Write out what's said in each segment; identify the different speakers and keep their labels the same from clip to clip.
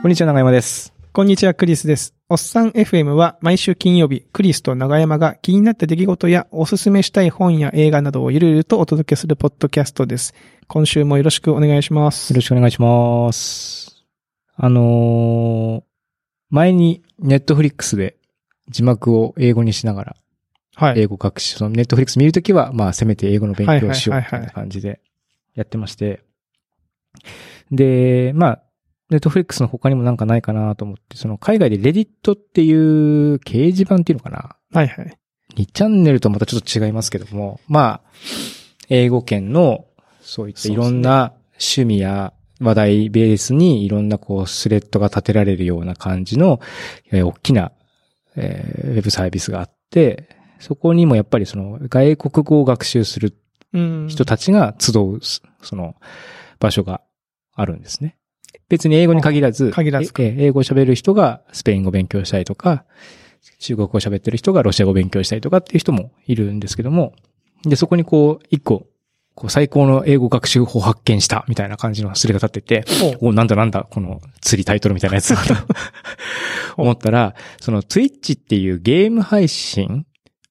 Speaker 1: こんにちは、長山です。
Speaker 2: こんにちは、クリスです。おっさん FM は毎週金曜日、クリスと長山が気になった出来事やおすすめしたい本や映画などをゆるゆるとお届けするポッドキャストです。今週もよろしくお願いします
Speaker 1: よろ。しくお願いします。あのー、前にネットフリックスで字幕を英語にしながら、
Speaker 2: はい。
Speaker 1: 英語各種、そのネットフリックス見るときは、まあ、せめて英語の勉強をしようみたいな感じでやってまして。で、まあ、ネットフリックスの他にもなんかないかなと思って、その海外でレディットっていう掲示板っていうのかな
Speaker 2: はいはい。
Speaker 1: 2チャンネルとまたちょっと違いますけども、まあ、英語圏の、そういったいろんな趣味や話題ベースにいろんなこうスレッドが立てられるような感じの、えー大きな、えーウェブサービスがあって、そこにもやっぱりその外国語を学習する
Speaker 2: うん。
Speaker 1: 人たちが集う、その場所があるんですね。別に英語に限らず、
Speaker 2: あ限らず
Speaker 1: ええ英語を喋る人がスペイン語を勉強したりとか、中国語を喋ってる人がロシア語を勉強したりとかっていう人もいるんですけども、で、そこにこう、一個、こう最高の英語学習法を発見したみたいな感じのスレが立ってて、お、なんだなんだ、この釣りタイトルみたいなやつだと思ったら、その Twitch っていうゲーム配信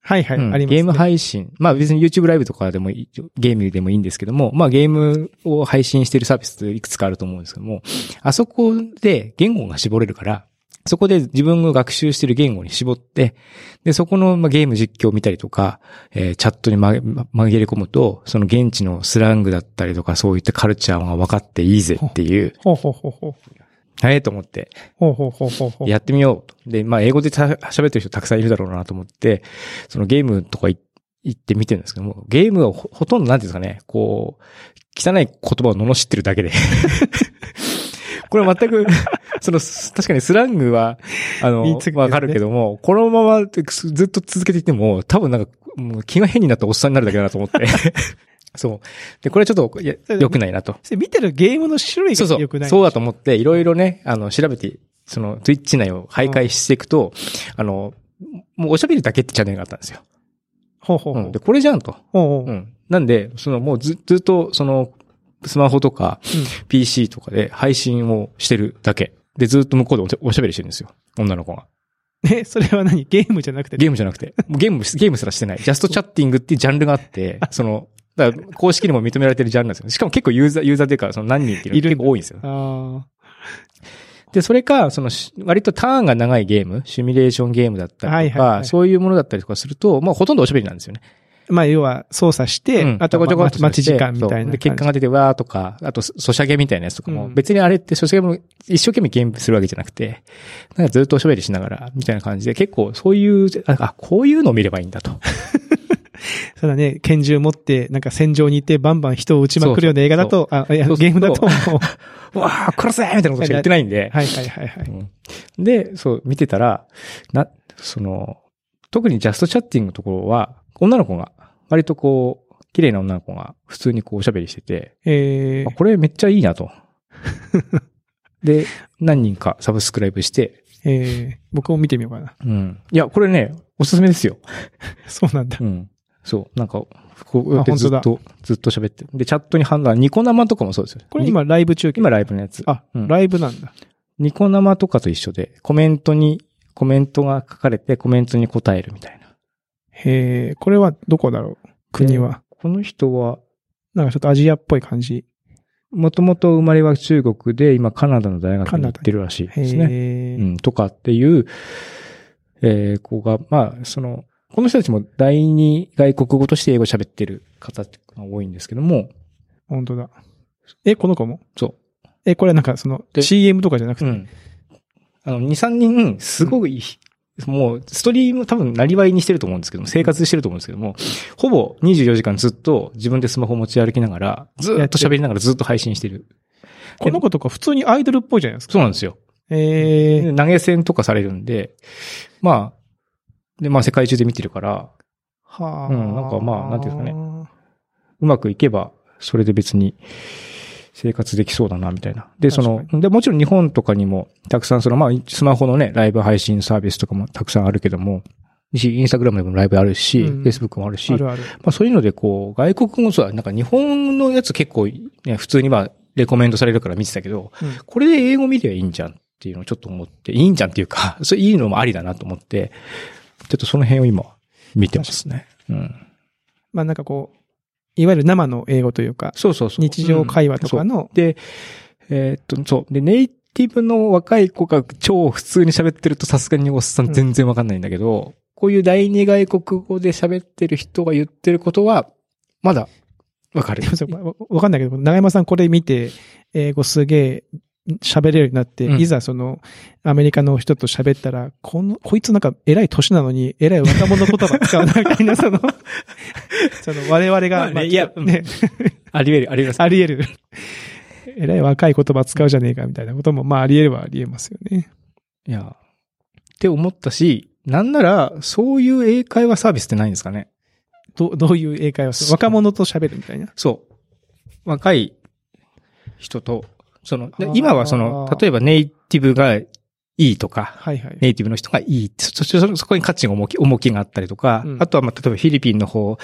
Speaker 2: はいはい。
Speaker 1: うん
Speaker 2: あります、ね。
Speaker 1: ゲーム配信。まあ別に YouTube ライブとかでもいい、ゲームでもいいんですけども、まあゲームを配信してるサービスっていくつかあると思うんですけども、あそこで言語が絞れるから、そこで自分が学習してる言語に絞って、で、そこのまあゲーム実況を見たりとか、えーチャットに紛紛れ込むと、その現地のスラングだったりとか、そういったカルチャーが分かっていいぜっていう、
Speaker 2: ほうほうほうほう。
Speaker 1: はい、と思って、
Speaker 2: ほうほうほうほうほう。
Speaker 1: やってみようと。で、まあ、英語でた喋ってる人たくさんいるだろうなと思って、そのゲームとかい行ってみてるんですけども、ゲームはほほとんどなんていうんですかね、こう、汚い言葉を罵ってるだけで。 これは 全く、その、す確かにスラングは、あの、
Speaker 2: 言い継ぐんですね
Speaker 1: わかるけども、このままずずっと続けていっても、多分なんか、もう気が変になったおっさんになるだけだなと 思って。そう。で、これはちょっと、いや良くないなと。
Speaker 2: それ見てるゲームの種 類
Speaker 1: そう
Speaker 2: が
Speaker 1: そ
Speaker 2: 良く
Speaker 1: う。
Speaker 2: ない
Speaker 1: そう
Speaker 2: う
Speaker 1: だと思って、いろいろね、あの、調べて、その、ツイッチ内を徘徊していくと、あの、もうおしゃべりだけってチャンネルがあったんですよ。
Speaker 2: ほうほう
Speaker 1: う
Speaker 2: ほ
Speaker 1: ん。
Speaker 2: う
Speaker 1: で、。これじゃんと。
Speaker 2: ほうほう
Speaker 1: う。ん。なんで、その、もうず、ずっと、その、スマホとか、PC とかで配信をしてるだけ。で、ずっと向こうでおしゃおしゃべりしてるんですよ。女の子が。
Speaker 2: うんえ、それは何ゲームじゃなくて。
Speaker 1: ゲームじゃなくて。もうゲーム、 ゲームすらしてない。ジャストチャッティングっていうジャンルがあ って、その、だから公式にも認められてるジャンルなんですよ。しかも結構ユーザー、ユーザーというか、その何人っていうの
Speaker 2: いる
Speaker 1: 結構多いんですよ。
Speaker 2: あ
Speaker 1: で、それか、そのし、割とターンが長いゲーム、シミュレーションゲームだったりとか、
Speaker 2: はいはいはい
Speaker 1: そういうものだったりとかすると、まあ、ほとんどおしゃべりなんですよね。
Speaker 2: あ。まあ、要は操作して、
Speaker 1: うん
Speaker 2: あとは
Speaker 1: ちょこ
Speaker 2: ま
Speaker 1: ちょこっと
Speaker 2: 待ち時間
Speaker 1: し
Speaker 2: み
Speaker 1: て
Speaker 2: たい
Speaker 1: そう
Speaker 2: な
Speaker 1: で、結果
Speaker 2: が。
Speaker 1: が出て、わーとか、あと、そソシャゲみたいなやつとかも、
Speaker 2: うん
Speaker 1: 別にあれってソシャゲも一生懸命ゲームするわけじゃなくて、なんかずっとおしゃべりしながら、みたいな感じで、結構そういう、あ、あこういうのを見ればいいんだと。
Speaker 2: ただね、拳銃持って、なんか戦場にいて、バンバン人を撃ちまくるような映画だと、あ、いや、
Speaker 1: そうそう
Speaker 2: ゲームだと、も う は
Speaker 1: わー、殺せーみたいなことしか言ってないんで、
Speaker 2: いはいはいはい。
Speaker 1: うんで、そう、見てたら、な、その、特にジャストチャッティングのところは、女の子が、割とこう、綺麗な女の子が普通にこうおしゃべりしてて、
Speaker 2: え
Speaker 1: あこれめっちゃいいな と。で、何人かサブスクライブして、
Speaker 2: ー、えー、僕も見てみようかな。
Speaker 1: うん。いや、これね、おすすめですよ。
Speaker 2: そうなんだ
Speaker 1: う。ん。そう、なんか、こうやって
Speaker 2: あ本
Speaker 1: ず
Speaker 2: 当
Speaker 1: っ
Speaker 2: だ
Speaker 1: と、ずっと喋ってる。で、チャットに判断、ニコ生とかもそうですよ。
Speaker 2: これ今ライブ中継。
Speaker 1: 今ライブのやつ。
Speaker 2: あ、
Speaker 1: うん
Speaker 2: ライブなんだ。
Speaker 1: ニコ生とかと一緒で、コメントに、コメントが書かれて、コメントに答えるみたいな。
Speaker 2: へえ、これはどこだろう国は。
Speaker 1: この人は、
Speaker 2: なんかちょっとアジアっぽい感じ。
Speaker 1: もともと生まれは中国で、今カナダの大学に行ってるらしい
Speaker 2: へ
Speaker 1: ですね。う
Speaker 2: え、
Speaker 1: ん、とかっていう、えー、子が、まあ、その、この人たちも第二外国語として英語喋ってる方が多いんですけども、
Speaker 2: 本当だ。え、この子も
Speaker 1: そ
Speaker 2: え、これなんかその
Speaker 1: で
Speaker 2: CM とかじゃなく
Speaker 1: う。
Speaker 2: て。
Speaker 1: ん。あの、2、3人、すごい、もう、ストリーム多分、なりわいにしてると思うんですけども、生活してると思うんですけども、ほぼ24時間ずっと自分でスマホ持ち歩きながら、ずーっと喋りながらずっと配信してる。
Speaker 2: この子とか普通にアイドルっぽいじゃないですか。
Speaker 1: そうなんですよ。
Speaker 2: ええ、
Speaker 1: で投げ銭とかされるんで、まあ、で、まあ世界中で見てるから、
Speaker 2: はあ。
Speaker 1: うんなんかまあなんていうんですかうまくいけば、それで別に生活できそうだな、みたいな。で、その
Speaker 2: 確、
Speaker 1: で、もちろん日本とかにも、たくさんその、まあ、スマホのね、ライブ配信サービスとかもたくさんあるけども、しインスタグラムでもライブあるし、
Speaker 2: うん
Speaker 1: Facebook もあるし、
Speaker 2: あるある。
Speaker 1: まあそういうので、こう、外国もそうだ、なんか日本のやつ結構、ね、普通にまあ、レコメンドされるから見てたけど、
Speaker 2: うん
Speaker 1: これで英語見りゃいいんじゃんっっていうのをちょっと思って、いいんじゃんっていう か、そういいのもありだなと思って、ちょっとその辺を今、見てますね。うん。
Speaker 2: まあなんかこう、いわゆる生の英語というか、。
Speaker 1: そうそうそう
Speaker 2: 日常会話とかの。
Speaker 1: うん、で、えー、っと、そう。で、ネイティブの若い子が超普通に喋ってるとさすがにおっさん全然わかんないんだけど、うん、こういう第二外国語で喋ってる人が言ってることは、まだわかる。
Speaker 2: わ、ま、かんないけど、長山さんこれ見て、英語すげえ喋れるようになって、うん、いざその、アメリカの人と喋ったら、この、こいつなんか偉い年なのに、偉い若者言葉使うな、みたいな、そ の、その、我々が、まあねまあ、
Speaker 1: いや、ね。 あり得る、あり得
Speaker 2: る。あり得る。偉い若い言葉使うじゃねえか、みたいなことも、まあ、あり得るはあり得ますよね。
Speaker 1: いや、って思ったし、なんなら、そういう英会話サービスってないんですかね。
Speaker 2: ど、どういう英会話する若者と喋るみたいな。
Speaker 1: そう。若い人と、その、今はその、例えばネイティブがいいとか、
Speaker 2: はいはい、
Speaker 1: ネイティブの人がいいそ、そ、そこに価値が重き、重きがあったりとか、うん、あとはまあ、例えばフィリピンの方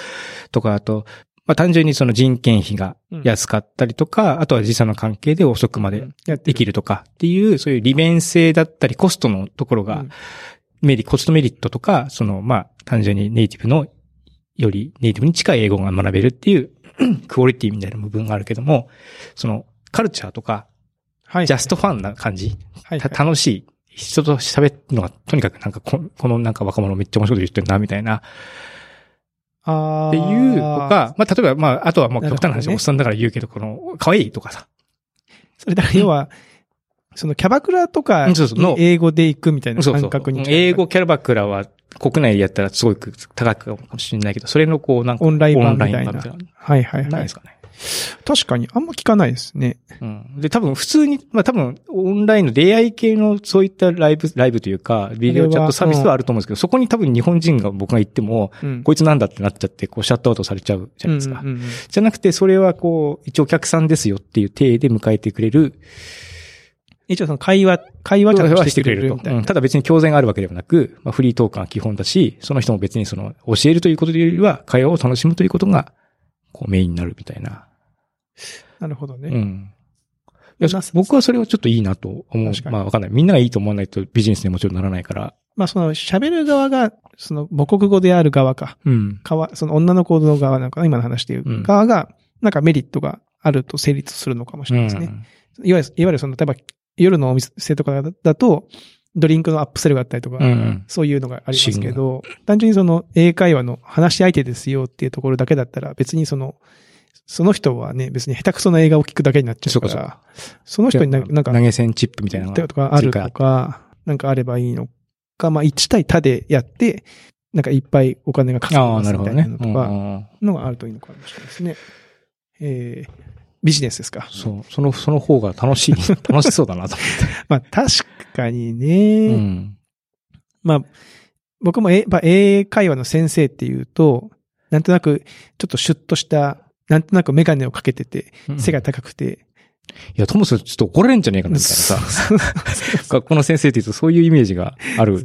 Speaker 1: とか、あと、まあ単純にその人件費が安かったりとか、うん、あとは時差の関係で遅くまでできるとかっていう、そういう利便性だったりコストのところが、メリ、コストメリットとか、そのまあ単純にネイティブのよりネイティブに近い英語が学べるっていう クオリティみたいな部分があるけども、そのカルチャーとかはい、ジャストファンな感じ。はいはい、楽しい。人と喋るのが、とにかくなんかこ、このなんか若者めっちゃ面白いこと言ってるな、みたいな。
Speaker 2: あ
Speaker 1: っていうとか、まあ、例えば、まあ、あとはもう極端な話、ね、おっさんだから言うけど、この、可愛いとかさ。
Speaker 2: それだから要は、そのキャバクラとか、英語で行くみたいな感覚に
Speaker 1: そうそうそう。英語キャバクラは国内でやったらすごく高くかもしれないけど、それのこうなんか
Speaker 2: オンライン版みたいな。はいはいはい。
Speaker 1: ないですかね。
Speaker 2: 確かに、あんま聞かないですね。
Speaker 1: うん。で、多分普通に、まあ多分オンラインの出会い系のそういったライブ、ライブというか、ビデオチャットサービスはあると思うんですけど、うん、そこに多分日本人が僕が行っても、うん、こいつなんだってなっちゃって、こうシャットアウトされちゃうじゃないですか。うんうんうん、じゃなくて、それはこう、一応お客さんですよっていう体で迎えてくれる、
Speaker 2: 一応その会話、会話
Speaker 1: じゃしてくれると、うん。ただ別に教材があるわけではなく、まあ、フリートークが基本だし、その人も別にその教えるということよりは、会話を楽しむということが、こうメインになるみたいな。
Speaker 2: なるほどね。
Speaker 1: うん。いや僕はそれはちょっといいなと思う。まあわかんない。みんながいいと思わないとビジネスにもちろんならないから。
Speaker 2: まあその喋る側が、その母国語である側か。
Speaker 1: うん。
Speaker 2: かわその女の子の側なんかな、今の話でいう側が、なんかメリットがあると成立するのかもしれないですね。うん、いわゆる、いわゆるその、例えば夜のお店とかだと、ドリンクのアップセルがあったりとか、うんうん、そういうのがありますけど、単純にその英会話の話し相手ですよっていうところだけだったら、別にその、その人はね、別に下手くそな映画を聞くだけになっちゃうから、その人になん
Speaker 1: 投
Speaker 2: か、
Speaker 1: げ銭チップみたいなの
Speaker 2: とかあるとか、なんかあればいいのか、まあ1対他でやって、なんかいっぱいお金がかかるみたいなのとか、のがあるといいのかもしれないですね。えー、ビジネスですか。
Speaker 1: そう。その、その方が楽し い、楽しそうだなと思って。
Speaker 2: まあ確かにね。うん、まあ、僕もえ、まあ、英会話の先生っていうと、なんとなく、ちょっとシュッとした、なんとなくメガネをかけてて、背が高くて、うん、い
Speaker 1: や、ともするちょっと怒られんじゃねえかな、みたいなさ。学校の先生って言うとそういうイメージがある。
Speaker 2: い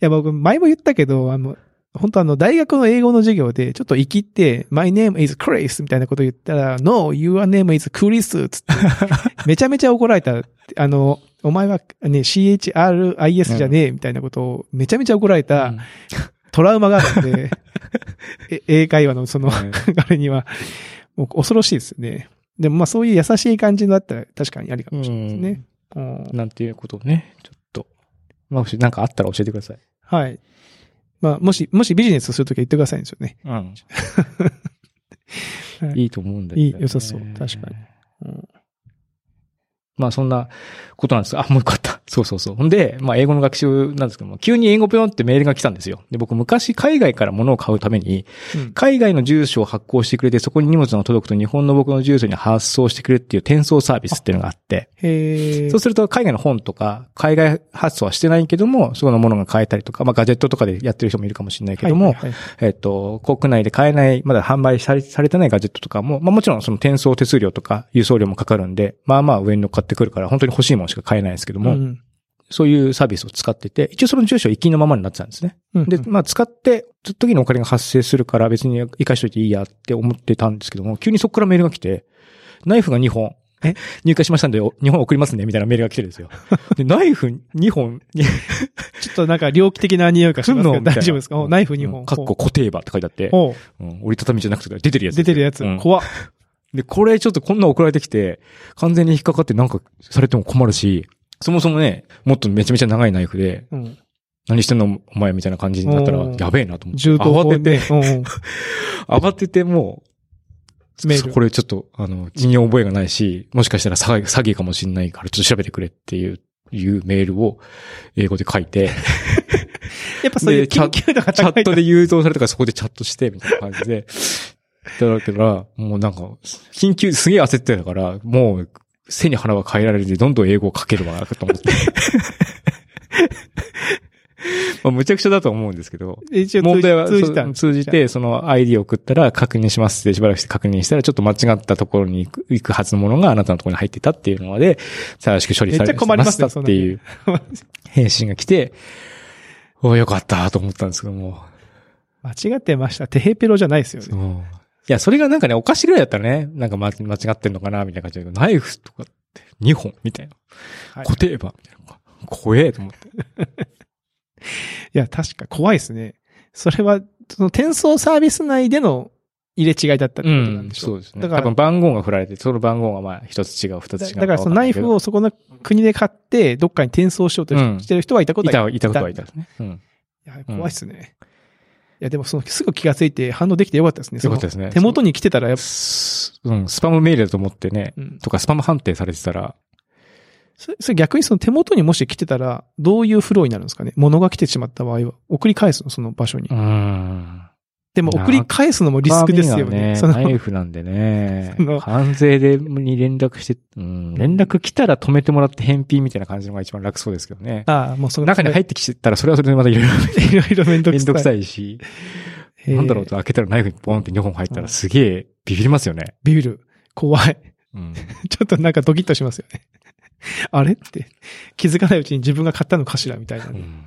Speaker 2: や、僕、前も言ったけど、あの、本当あの、大学の英語の授業で、ちょっと生きって、my name is Chris みたいなこと言ったら、no, your name is Chris つって、めちゃめちゃ怒られた。あの、お前はね、CHRIS じゃねえみたいなことを、めちゃめちゃ怒られた、トラウマがある んで、英会話のその、あれには、もう恐ろしいですよね。でもまあそういう優しい感じのあったら確かにありかもしれないですね。
Speaker 1: うん、なんていうことをね、ちょっと。まあ、なんかあったら教えてください。
Speaker 2: はい。まあ、もし、もしビジネスするときは言ってくださいんですよね。
Speaker 1: うん。 いいと思うんだ
Speaker 2: よね。いい、良さそう。確かに。うん、
Speaker 1: まあ、そんなことなんですあ、もうよかった。そうそうそう。ほんで、まあ、英語の学習なんですけども、急に英語ぴょんってメールが来たんですよ。で、僕、昔、海外から物を買うために、うん、海外の住所を発行してくれて、そこに荷物が届くと、日本の僕の住所に発送してくれるっていう転送サービスっていうのがあって、
Speaker 2: へ
Speaker 1: そうすると、海外の本とか、海外発送はしてないけども、そのものが買えたりとか、まあ、ガジェットとかでやってる人もいるかもしれないけども、はいはいはい、えっ、ー、と、国内で買えない、まだ販売されされてないガジェットとかも、まあ、もちろんその転送手数料とか、輸送料もかかるんで、まあまあ上に乗っかってくるから、本当に欲しいものしか買えないですけども、うんそういうサービスを使ってて、一応その住所は生きのままになってたんですね。うんうん、で、まあ使って、ずっと時にお金が発生するから別に生かしといていいやって思ってたんですけども、急にそこからメールが来て、ナイフが2本、
Speaker 2: え
Speaker 1: 入荷しましたんで、お日本送りますね、みたいなメールが来てるんですよ。で、ナイフ2本、
Speaker 2: ちょっとなんか猟奇的な匂いがしますけど、大丈夫ですかおナイフ2本。
Speaker 1: かっこ固定刃って書いてあって、
Speaker 2: おう
Speaker 1: うん折りたたみじゃなくて出てるやつ。
Speaker 2: 出てるやつ
Speaker 1: う。ん
Speaker 2: 怖っ。
Speaker 1: で、これちょっとこんな送られてきて、完全に引っかかってなんかされても困るし、そもそもね、もっとめちゃめちゃ長いナイフで、
Speaker 2: うん。
Speaker 1: 何してんのお前みたいな感じになったら
Speaker 2: うん、
Speaker 1: やべえなと思って。
Speaker 2: 銃刀法
Speaker 1: 慌てて、
Speaker 2: ね。うん うん
Speaker 1: 慌ててもう、
Speaker 2: メール
Speaker 1: これちょっと、あの、人に覚えがないし、もしかしたら詐欺詐欺かもしれないから、ちょっと調べてくれっていう、いうメールを英語で書いて、
Speaker 2: やっぱそういう
Speaker 1: でチャ
Speaker 2: 緊急度が
Speaker 1: チャ
Speaker 2: 高
Speaker 1: ッ
Speaker 2: いと
Speaker 1: トで誘導されたからそこでチャットして、みたいな感じで、だから、もうなんか、緊急、すげえ焦ってたから、もう、背に腹は変えられて、どんどん英語をかけるわ、と 思って。まあ、むちゃくちゃだと思うんですけど。
Speaker 2: 一応
Speaker 1: 問
Speaker 2: 通じ
Speaker 1: 題は
Speaker 2: 通じた
Speaker 1: そ
Speaker 2: ん
Speaker 1: う
Speaker 2: です
Speaker 1: 通じて、その ID を送ったら確認しますでしばらくして確認したら、ちょっと間違ったところに行く行くはずのものがあなたのところに入っていたっていうので、正しく処理さ
Speaker 2: めっ
Speaker 1: れ
Speaker 2: ちゃ困りますね
Speaker 1: ましたっていう
Speaker 2: そんなの
Speaker 1: 返信が来て、およかったと思ったんですけども。
Speaker 2: 間違ってました。テヘペロじゃないですよね。
Speaker 1: そういや、それがなんかね、お菓子ぐらいだったらね、なんかま間違ってんのかな、みたいな感じだけど、ナイフとかって2本みたいな。
Speaker 2: はい
Speaker 1: 固定刃みたいな。怖えと思って。
Speaker 2: いや、確か怖いですね。それは、その転送サービス内での入れ違いだったってことなんでしょ
Speaker 1: そうですね。
Speaker 2: だから
Speaker 1: 多分番号が振られて、その番号がまあ一つ違う、二
Speaker 2: だ
Speaker 1: つ違う。
Speaker 2: だからそのナイフをそこの国で買って、どっかに転送しようと
Speaker 1: うん
Speaker 2: してる人はいたこと
Speaker 1: い
Speaker 2: は
Speaker 1: た、いたことはいたですね。うん。
Speaker 2: いや、怖いっすね。いや、でもその、すぐ気がついて反応できてよかったですね。
Speaker 1: よかったですね
Speaker 2: その手元に来てたら、やっぱ、
Speaker 1: スうん、スパムメールだと思ってね、
Speaker 2: うん。
Speaker 1: とかスパム判定されてたら、
Speaker 2: それ、それ逆にその手元にもし来てたら、どういうフローになるんですかね物が来てしまった場合は、送り返すのその場所に。
Speaker 1: ん。
Speaker 2: でも、送り返すのもリスクですよね。そ
Speaker 1: ナ
Speaker 2: の、
Speaker 1: イフなんでね
Speaker 2: その、
Speaker 1: 関税でに連絡して、うん、連絡来たら止めてもらって返品みたいな感じのが一番楽そうですけどね。
Speaker 2: ああ、もうその、
Speaker 1: 中に入ってきたらそれはそれでまたいろいろ
Speaker 2: いろいろめんどく
Speaker 1: めん
Speaker 2: さ
Speaker 1: ど
Speaker 2: い。
Speaker 1: くさい し、
Speaker 2: へえ
Speaker 1: なんだろうと開けたらナイフにポンって2本入ったらすげえビビりますよね。
Speaker 2: ビビる。怖い。
Speaker 1: うん。
Speaker 2: ちょっとなんかドキッとしますよね。 あれって、気づかないうちに自分が買ったのかしらみたいな。
Speaker 1: うん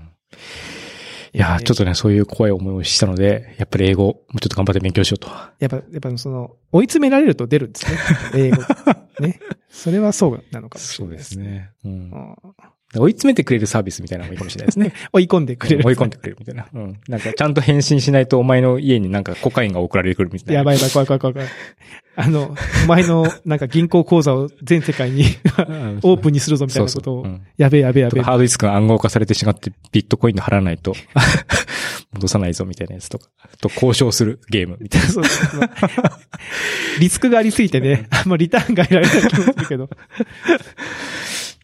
Speaker 1: いやーちょっとね、そういう怖い思いをしたので、やっぱり英語、もうちょっと頑張って勉強しようと。
Speaker 2: やっぱ、やっぱその、追い詰められると出るんです ね。英語。ね。それはそうなのかもしれないですね。
Speaker 1: ね。うん
Speaker 2: うん
Speaker 1: 追い詰めてくれるサービスみたいなのもいいかもしれないですね。
Speaker 2: 追い込んで くれる。
Speaker 1: 追い込んでくれるみたいな。うん。なんか、ちゃんと返信しないとお前の家になんかコカインが送られてくるみたいな。
Speaker 2: やばいやばい、怖い怖い怖い怖い。あの、お前の、なんか銀行口座を全世界に
Speaker 1: う ん
Speaker 2: オープンにするぞみたい
Speaker 1: そう
Speaker 2: な
Speaker 1: そ
Speaker 2: こ
Speaker 1: う
Speaker 2: とを
Speaker 1: う。ん
Speaker 2: やべえやべえや
Speaker 1: と
Speaker 2: べえ
Speaker 1: か。ハードディスクが暗号化されてしまってビットコインで払わないと 戻さないぞみたいなやつとか。と交渉するゲームみたいな。
Speaker 2: そうそうそうリスクがありすぎてね、あんまリターンが得られない気もするけど。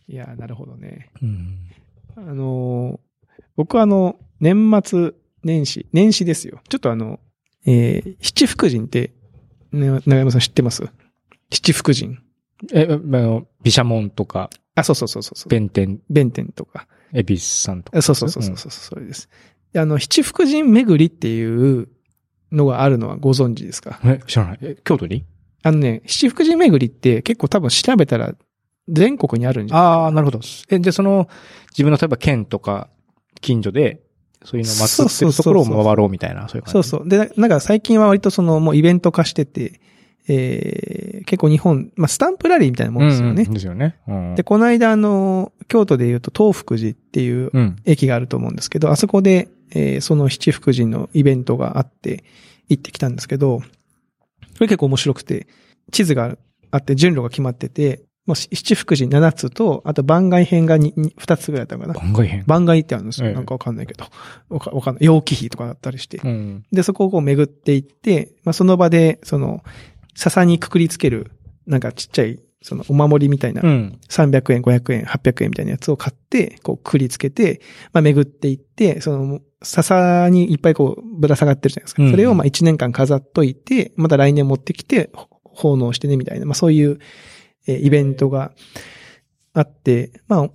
Speaker 2: いやー、なるほどね。
Speaker 1: うん。
Speaker 2: あのー僕はあの、年末年始、年始ですよ。ちょっとあの、えー七福神って、ね、長山さん知ってます七福神。
Speaker 1: え、あの、毘沙門とか、
Speaker 2: あ、そうそうそうそうそう。
Speaker 1: 弁天、
Speaker 2: 弁天とか。
Speaker 1: 恵比寿さんとか。
Speaker 2: あそうそうそうそうそう、それです。であの、七福神巡りっていうのがあるのはご存知ですか
Speaker 1: え、知らない。え、京都に
Speaker 2: あのね、七福神巡りって結構多分調べたら全国にあるんじゃない
Speaker 1: ああ、なるほど。え、で、その、自分の例えば県とか、近所で、そういうのを
Speaker 2: そ
Speaker 1: 祀って
Speaker 2: うそう
Speaker 1: る
Speaker 2: そう
Speaker 1: と
Speaker 2: そ
Speaker 1: こ
Speaker 2: う
Speaker 1: ろを回ろうみたいな、そういう感じ。
Speaker 2: そうそう。で、ななんか最近は割とそのもうイベント化してて、えー、結構日本、まあスタンプラリーみたいなもんですよね。
Speaker 1: うんうんですよね。うん。
Speaker 2: で、この間あの、京都で言うと東福寺っていう
Speaker 1: うん。
Speaker 2: 駅があると思うんですけど、あそこで、えーその七福神のイベントがあって、行ってきたんですけど、これ結構面白くて、地図があって、順路が決まってて、もうし七福神7つと、あと番外編が 2, つぐらいだったのかな。
Speaker 1: 番外編。
Speaker 2: 番外ってあるんですよ。
Speaker 1: ええ
Speaker 2: なんかわかんないけど。わかわかんない。陽気比とかだったりして。
Speaker 1: うん。
Speaker 2: で、そこをこう巡っていって、まあ、その場で、その、笹にくくりつける、なんかちっちゃい、その、お守りみたいな、
Speaker 1: うん。
Speaker 2: 300円、500円、800円みたいなやつを買って、こう、くくりつけて、まあ、巡っていって、その、笹にいっぱいこう、ぶら下がってるじゃないですか。
Speaker 1: うん
Speaker 2: それをまあ、1年間飾っといて、また来年持ってきて、ほ奉納してね、みたいな、まあ、そういう、えーイベントがあって、まあ、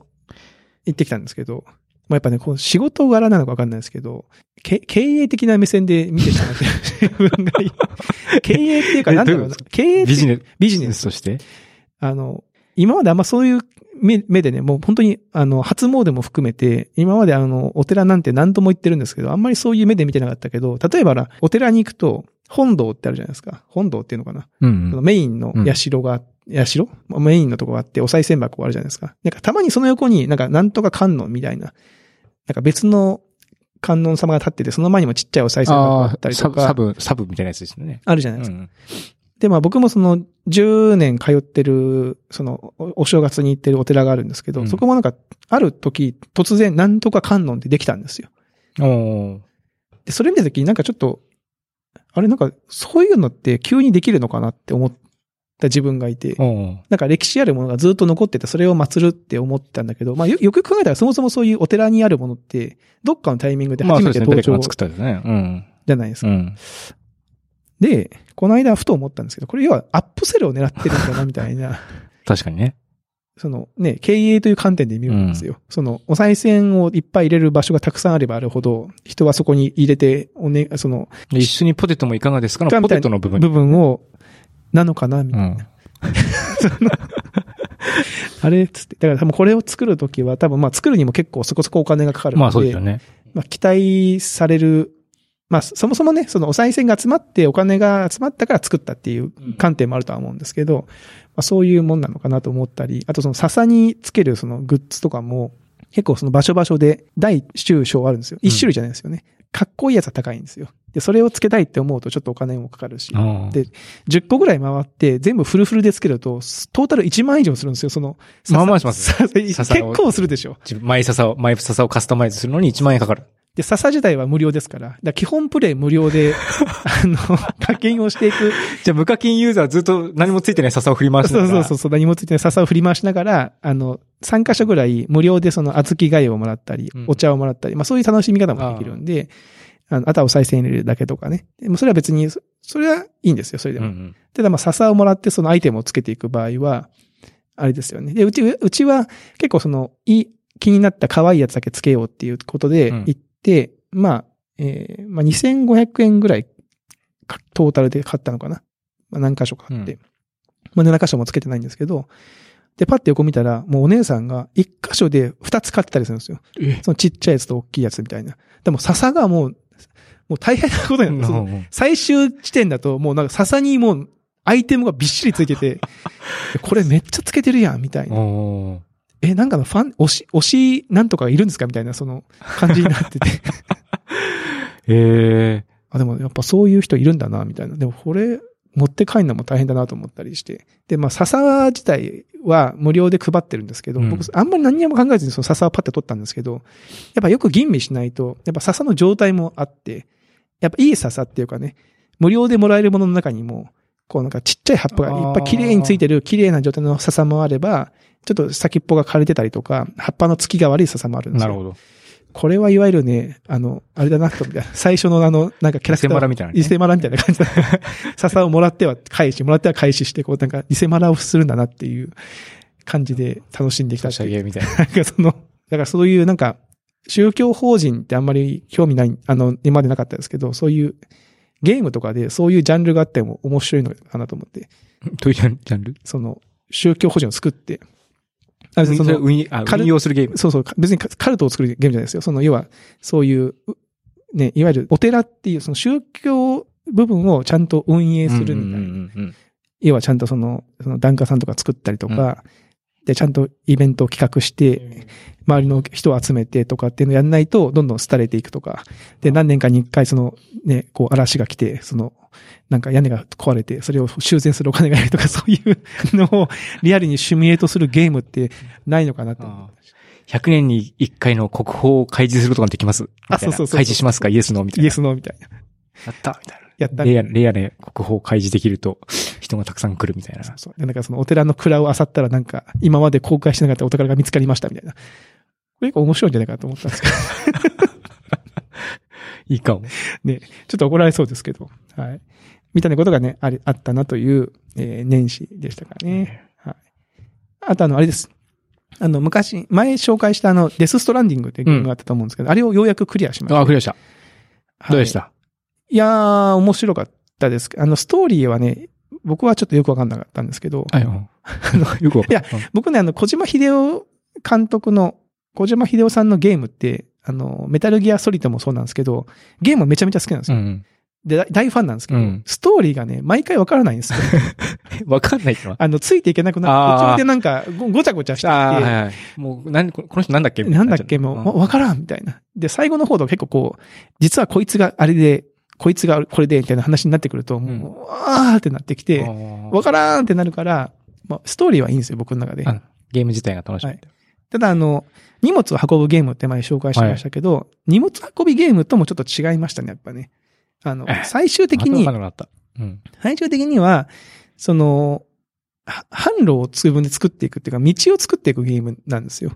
Speaker 2: 行ってきたんですけど、まあ、やっぱね、こう、仕事柄なのかわかんないですけど、け経営的な目線で見てしまって、自分がいい。経営っていうか、
Speaker 1: え
Speaker 2: なんだろう
Speaker 1: どういう
Speaker 2: な
Speaker 1: こ。
Speaker 2: 経営って
Speaker 1: ビジネス。
Speaker 2: ビジネス
Speaker 1: として。
Speaker 2: あの、今まであんまそういう目目でね、もう本当に、あの、初詣も含めて、今まであの、お寺なんて何度も言ってるんですけど、あんまりそういう目で見てなかったけど、例えばなお寺に行くと、本堂ってあるじゃないですか。本堂っていうのかな。
Speaker 1: う
Speaker 2: その
Speaker 1: ん。
Speaker 2: メインの社が、やしろメインのとこがあって、お賽銭箱あるじゃないですか。なんかたまにその横になんかなんとか観音みたいな、なんか別の観音様が立ってて、その前にもちっちゃいお賽銭箱あ
Speaker 1: あ
Speaker 2: った
Speaker 1: あ、
Speaker 2: り
Speaker 1: サ
Speaker 2: と
Speaker 1: ブ、サ
Speaker 2: か、
Speaker 1: ブ、サブみたいなやつですよね。
Speaker 2: あるじゃな
Speaker 1: う
Speaker 2: い
Speaker 1: ん
Speaker 2: で
Speaker 1: う
Speaker 2: すか。
Speaker 1: ん。
Speaker 2: で、まあ僕もその10年通ってる、そのおお正月に行ってるお寺があるんですけど、
Speaker 1: うん
Speaker 2: そこもなんかある時突然なんとか観音ってできたんですよ。
Speaker 1: おー
Speaker 2: で、それ見た時になんかちょっと、あれなんかそういうのって急にできるのかなって思った自分がいて、
Speaker 1: おー
Speaker 2: なんか歴史あるものがずっと残ってて、それを祀るって思ったんだけど、まあよよく考えたらそもそもそういうお寺にあるものって、どっかのタイミングで
Speaker 1: まあ
Speaker 2: 初
Speaker 1: そうで
Speaker 2: め
Speaker 1: す
Speaker 2: て
Speaker 1: ね、誰
Speaker 2: 登
Speaker 1: か
Speaker 2: 場
Speaker 1: が作ったんですね。うん。
Speaker 2: じゃないです
Speaker 1: う
Speaker 2: か。
Speaker 1: ん。
Speaker 2: で、この間ふと思ったんですけど、これ要はアップセルを狙ってるんだな、みたいな。
Speaker 1: 確かにね。
Speaker 2: そのね、経営という観点で見るんですよ。その、お賽銭をいっぱい入れる場所がたくさんあればあるほど、人はそこに入れて、おね、その、
Speaker 1: で一緒にポテトもいかがですかの
Speaker 2: か
Speaker 1: ポテトの部分。
Speaker 2: 部分を、なのかな、みた
Speaker 1: う
Speaker 2: いな。
Speaker 1: ん。
Speaker 2: あれっつって。だから多分これを作るときは、多分まあ作るにも結構そこそこお金がかかるので、
Speaker 1: まあそうですよね。
Speaker 2: まあ期待される、まあそもそもね、そのお賽銭が集まってお金が集まったから作ったっていう観点もあるとは思うんですけど、まあそういうもんなのかなと思ったり、あとその笹につけるそのグッズとかも、結構その場所場所で大中小あるんですよ。一種類じゃないですよね。かっこいいやつは高いんですよ。で、それをつけたいって思うとちょっとお金もかかるし、
Speaker 1: うん
Speaker 2: で10個ぐらい回って全部フルフルでつけると、トータル1万以上するんですよ、その。
Speaker 1: まあまあします
Speaker 2: 笹 結
Speaker 1: 笹を
Speaker 2: 構するでしょ。
Speaker 1: 自分毎笹を、毎笹をカスタマイズするのに1万円かかる。
Speaker 2: で、笹自体は無料ですから、だから基本プレイ無料 で、あの、課金をしていく。
Speaker 1: じゃあ、無課金ユーザーはずっと何もついてない笹を振り回す。
Speaker 2: そうそうそううそう、何もついてない笹を振り回しながら、あの、3箇所ぐらい無料でその小豆粥をもらったり
Speaker 1: うん、
Speaker 2: お茶をもらったり、まあそういう楽しみ方もできるんで、あのあとはお賽銭入れるだけとかね。でもそれは別に、そそれはいいんですよ、それで
Speaker 1: うんう
Speaker 2: も。
Speaker 1: ん。
Speaker 2: ただまあ笹をもらってそのアイテムをつけていく場合は、あれですよね。で、うち、うちは結構その、いい、気になった可愛いやつだけつけようっていうことで
Speaker 1: うん
Speaker 2: 行って、まあ、えーまあ2500円ぐらいか、トータルで買ったのかな。まあ何箇所かあって。
Speaker 1: う
Speaker 2: まあ7箇所もつけてないんですけど、で、パッて横見たら、もうお姉さんが1箇所で2つ買ってたりするんですよ。
Speaker 1: え
Speaker 2: そのちっちゃいやつと大きいやつみたいな。でも笹がもう、もう大変なことになるんですよ。最終地点だと、もうなんか笹にもう、アイテムがびっしりついてて、これめっちゃつけてるやん、みたいな。
Speaker 1: おー
Speaker 2: え、なんかのファン、推し、推しなんとかいるんですかみたいな、その感じになってて。
Speaker 1: ええ
Speaker 2: あ、でもやっぱそういう人いるんだな、みたいな。でもこれ、持って帰るのも大変だなと思ったりして。で、まあ、笹自体は無料で配ってるんですけど、
Speaker 1: うん
Speaker 2: 僕、あんまり何にも考えずにその笹をパッて取ったんですけど、やっぱよく吟味しないと、やっぱ笹の状態もあって、やっぱいい笹っていうかね、無料でもらえるものの中にも、こうなんかちっちゃい葉っぱがいっぱい綺麗についてる綺麗な状態の笹もあれば、ちょっと先っぽが枯れてたりとか、葉っぱの付きが悪い笹もあるんです
Speaker 1: な
Speaker 2: よ。
Speaker 1: るほど。
Speaker 2: これはいわゆるね、あの、あれだなと思って、最初のあの、なんかキャラク
Speaker 1: 偽
Speaker 2: ター。
Speaker 1: マラみたいなね
Speaker 2: 偽マラみたいな 感じだ。笹をもらっては返し、もらっては返しして、こうなんか偽マラをするんだなっていう感じで楽しんできた
Speaker 1: 差
Speaker 2: っ
Speaker 1: して上
Speaker 2: いう
Speaker 1: げみたいな。
Speaker 2: なんかその、だからそういうなんか、宗教法人ってあんまり興味ない、あの、今までなかったですけど、そういうゲームとかでそういうジャンルがあっても面白いのかなと思って、
Speaker 1: どういうジャンジャンル
Speaker 2: その、宗教法人を作って、あ別にそ
Speaker 1: それ
Speaker 2: の
Speaker 1: 運あ
Speaker 2: 軽い
Speaker 1: 運用するゲーム。
Speaker 2: そうそう、別にカカルトを作るゲームじゃないですよ。その、要は、そういう、うね、いわゆるお寺っていう、その宗教部分をちゃんと運営するみたいな。
Speaker 1: うんうんうんうん
Speaker 2: 要はちゃんとその、その檀家さんとか作ったりとか、で、ちゃんとイベントを企画して、周りの人を集めてとかっていうのをやんないと、どんどん廃れていくとか、で、何年かに一回その、ね、こう嵐が来て、その、なんか屋根が壊れて、それを修繕するお金がいるとか、 そういうのをリアルにシミュレートするゲームってないのかなって思ったりして。
Speaker 1: 100年に1回の国宝を開示することができます。みたいな
Speaker 2: あそうそうそう
Speaker 1: 開示しますかイエスノーみたい
Speaker 2: イ
Speaker 1: な。
Speaker 2: エスノーみたいな。
Speaker 1: やったみたいな。
Speaker 2: やった
Speaker 1: レア、レアで国宝を開示できると人がたくさん来るみたいな。
Speaker 2: そう。でなんかそのお寺の蔵を漁ったらなんか、今まで公開してなかったお宝が見つかりましたみたいな。これ結構面白いんじゃないかなと思ったんですけど、
Speaker 1: いいかも。
Speaker 2: ね、ちょっと怒られそうですけど、はい。みたいなことがね、ありあったなという、えー年始でしたからね。はい。あとあの、あれです。あの、昔、前紹介したあの、デスストランディングっていうゲームがあったと思うんですけど、あれをようやくクリアしました。
Speaker 1: あ、クリアした。
Speaker 2: はい
Speaker 1: どうでした
Speaker 2: いやー、面白かったです。あの、ストーリーはね、僕はちょっとよくわかんなかったんですけど、
Speaker 1: はい。うんよくわかんない
Speaker 2: 僕ね、あの、小島秀夫監督の、小島秀夫さんのゲームって、あの、メタルギアソリッドもそうなんですけど、ゲームめちゃめちゃ好きなんです
Speaker 1: う
Speaker 2: よ。
Speaker 1: ん。
Speaker 2: で、大大ファンなんですけど、
Speaker 1: うん
Speaker 2: ストーリーがね、毎回わからないんで すよ。
Speaker 1: わかんないかな。
Speaker 2: あの、ついていけなくな
Speaker 1: あー
Speaker 2: って、途中でなんかご、ごちゃごちゃして
Speaker 1: ああ、はい
Speaker 2: き
Speaker 1: はい。もう、なんこの人なんだっけ
Speaker 2: て、なんだっけ、もう、わわからんみたいな。で、最後の方とか結構こう、実はこいつがあれで、こいつがこれで、みたいな話になってくると、もう、あーってなってきて、わ
Speaker 1: わ
Speaker 2: からんってなるから、まあ、ストーリーはいいんですよ、僕の中で。
Speaker 1: あゲーム自体が楽しみ。
Speaker 2: はいただ、あの、荷物を運ぶゲームって前紹介しましたけど、荷物運びゲームともちょっと違いましたね、やっぱね。あの
Speaker 1: え、
Speaker 2: 最終的
Speaker 1: またわ
Speaker 2: に
Speaker 1: かん、なくなった。うん。
Speaker 2: 最終的には、その、は販路を自分で作っていくっていうか、道を作っていくゲームなんですよ。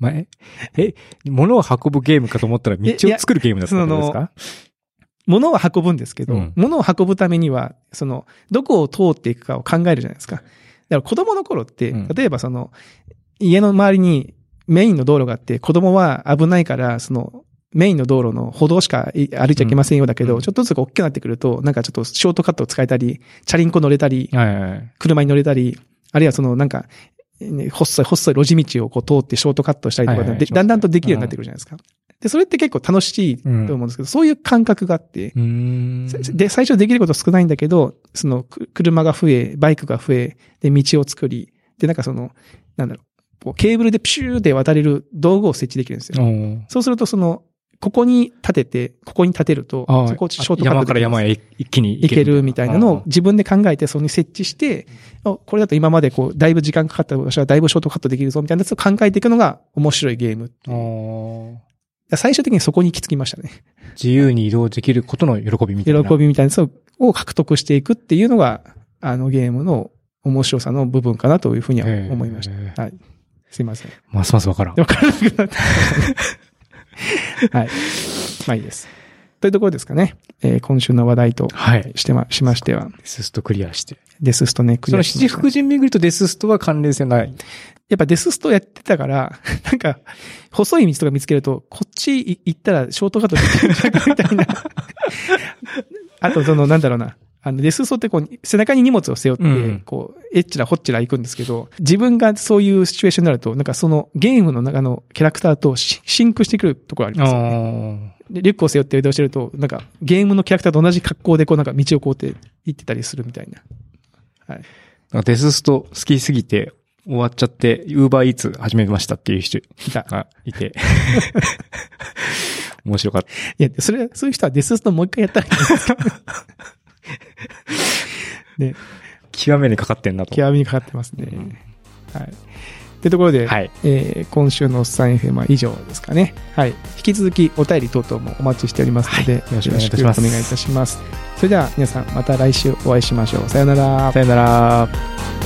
Speaker 1: 前え、物を運ぶゲームかと思ったら道
Speaker 2: えいや
Speaker 1: を作るゲームだったんですか
Speaker 2: 物は運ぶんですけど、
Speaker 1: うん
Speaker 2: 物を運ぶためには、その、どこを通っていくかを考えるじゃないですか。だから子供の頃って、
Speaker 1: うん
Speaker 2: 例えばその、家の周りにメインの道路があって、子供は危ないから、その、メインの道路の歩道しかい歩いちゃいけませんよだけど、
Speaker 1: うん
Speaker 2: ちょっとずつ大きくなってくると、なんかちょっとショートカットを使えたり、チャリンコ乗れたり、
Speaker 1: はいはいはい。
Speaker 2: 車に乗れたり、あるいはそのなんか、ね細い細い路地道をこう通ってショートカットしたりとか
Speaker 1: はいはい
Speaker 2: で、
Speaker 1: しますね
Speaker 2: だんだんとできるようになってくるじゃないですか。で、それって結構楽しいと思うんですけど、そういう感覚があって、
Speaker 1: うーん。
Speaker 2: さで、最初できること少ないんだけど、その、く車が増え、バイクが増え、で、道を作り、で、なんかその、なんだろう、こうケーブルでピシューで渡れる道具を設置できるんですよ。
Speaker 1: おー
Speaker 2: そうすると、その、ここに立てて、ここに立てると、
Speaker 1: あー
Speaker 2: そこをショートカットで
Speaker 1: 山から山へ一気に
Speaker 2: いけるみたいなの
Speaker 1: あ
Speaker 2: を自分で考えて、それに設置して、おこれだと今までこう、だいぶ時間かかった場所はだいぶショートカットできるぞみたいなやつを考えていくのが面白いゲーム。
Speaker 1: ーおー
Speaker 2: 最終的にそこに行き着きましたね。
Speaker 1: 自由に移動できることの喜びみた
Speaker 2: 喜
Speaker 1: いな。
Speaker 2: びみたいなやつをを獲得していくっていうのが、あのゲームの面白さの部分かなというふうには
Speaker 1: へー
Speaker 2: 思いました。はい。すい ません。
Speaker 1: ますますわからん。
Speaker 2: わからなくな った。はい。まあいいです。というところですかね。えー今週の話題と
Speaker 1: はい。
Speaker 2: してま、しましては、
Speaker 1: デスストクリアして。
Speaker 2: デスストね、ク
Speaker 1: そ
Speaker 2: リ
Speaker 1: の
Speaker 2: アし
Speaker 1: 七
Speaker 2: ました
Speaker 1: 福神巡りとデスストは関連性ない。
Speaker 2: やっぱデスストやってたから、 なんか、細い道とか見つけると、こっちい行ったらショートカットできるんじゃないかみたいな。 あと、その、なんだろうな。あの、デスストってこう、背中に荷物を背負って、
Speaker 1: うん
Speaker 2: こう、えっちらほっちら行くんですけど、自分がそういうシチュエーションになると、なんかそのゲームの中のキャラクターとシシンクしてくるところあり
Speaker 1: あ
Speaker 2: ますよね。でリュックを背負って移動してると、なんか、ゲームのキャラクターと同じ格好でこう、なんか道をこうって行ってたりするみたいな。はい。
Speaker 1: ーデススト好きすぎて終わっちゃって、ウーバーイーツ始めましたっていう人
Speaker 2: いた。
Speaker 1: がいて。面白かった。
Speaker 2: いや、それ、そういう人はデスストもう一回やったらいいんです けどね、
Speaker 1: 極めにかかってんなと。
Speaker 2: 極みにかかってますね。
Speaker 1: うん
Speaker 2: はい。というところで、
Speaker 1: はい。
Speaker 2: えー今週のおっさん FM は以上ですかね。はい。引き続きお便り等々もお待ちしておりますので、
Speaker 1: よろしくお願いいたします
Speaker 2: よろくお願いいたしますそれでは皆さん、また来週お会いしましょう。さようなら
Speaker 1: さよなら。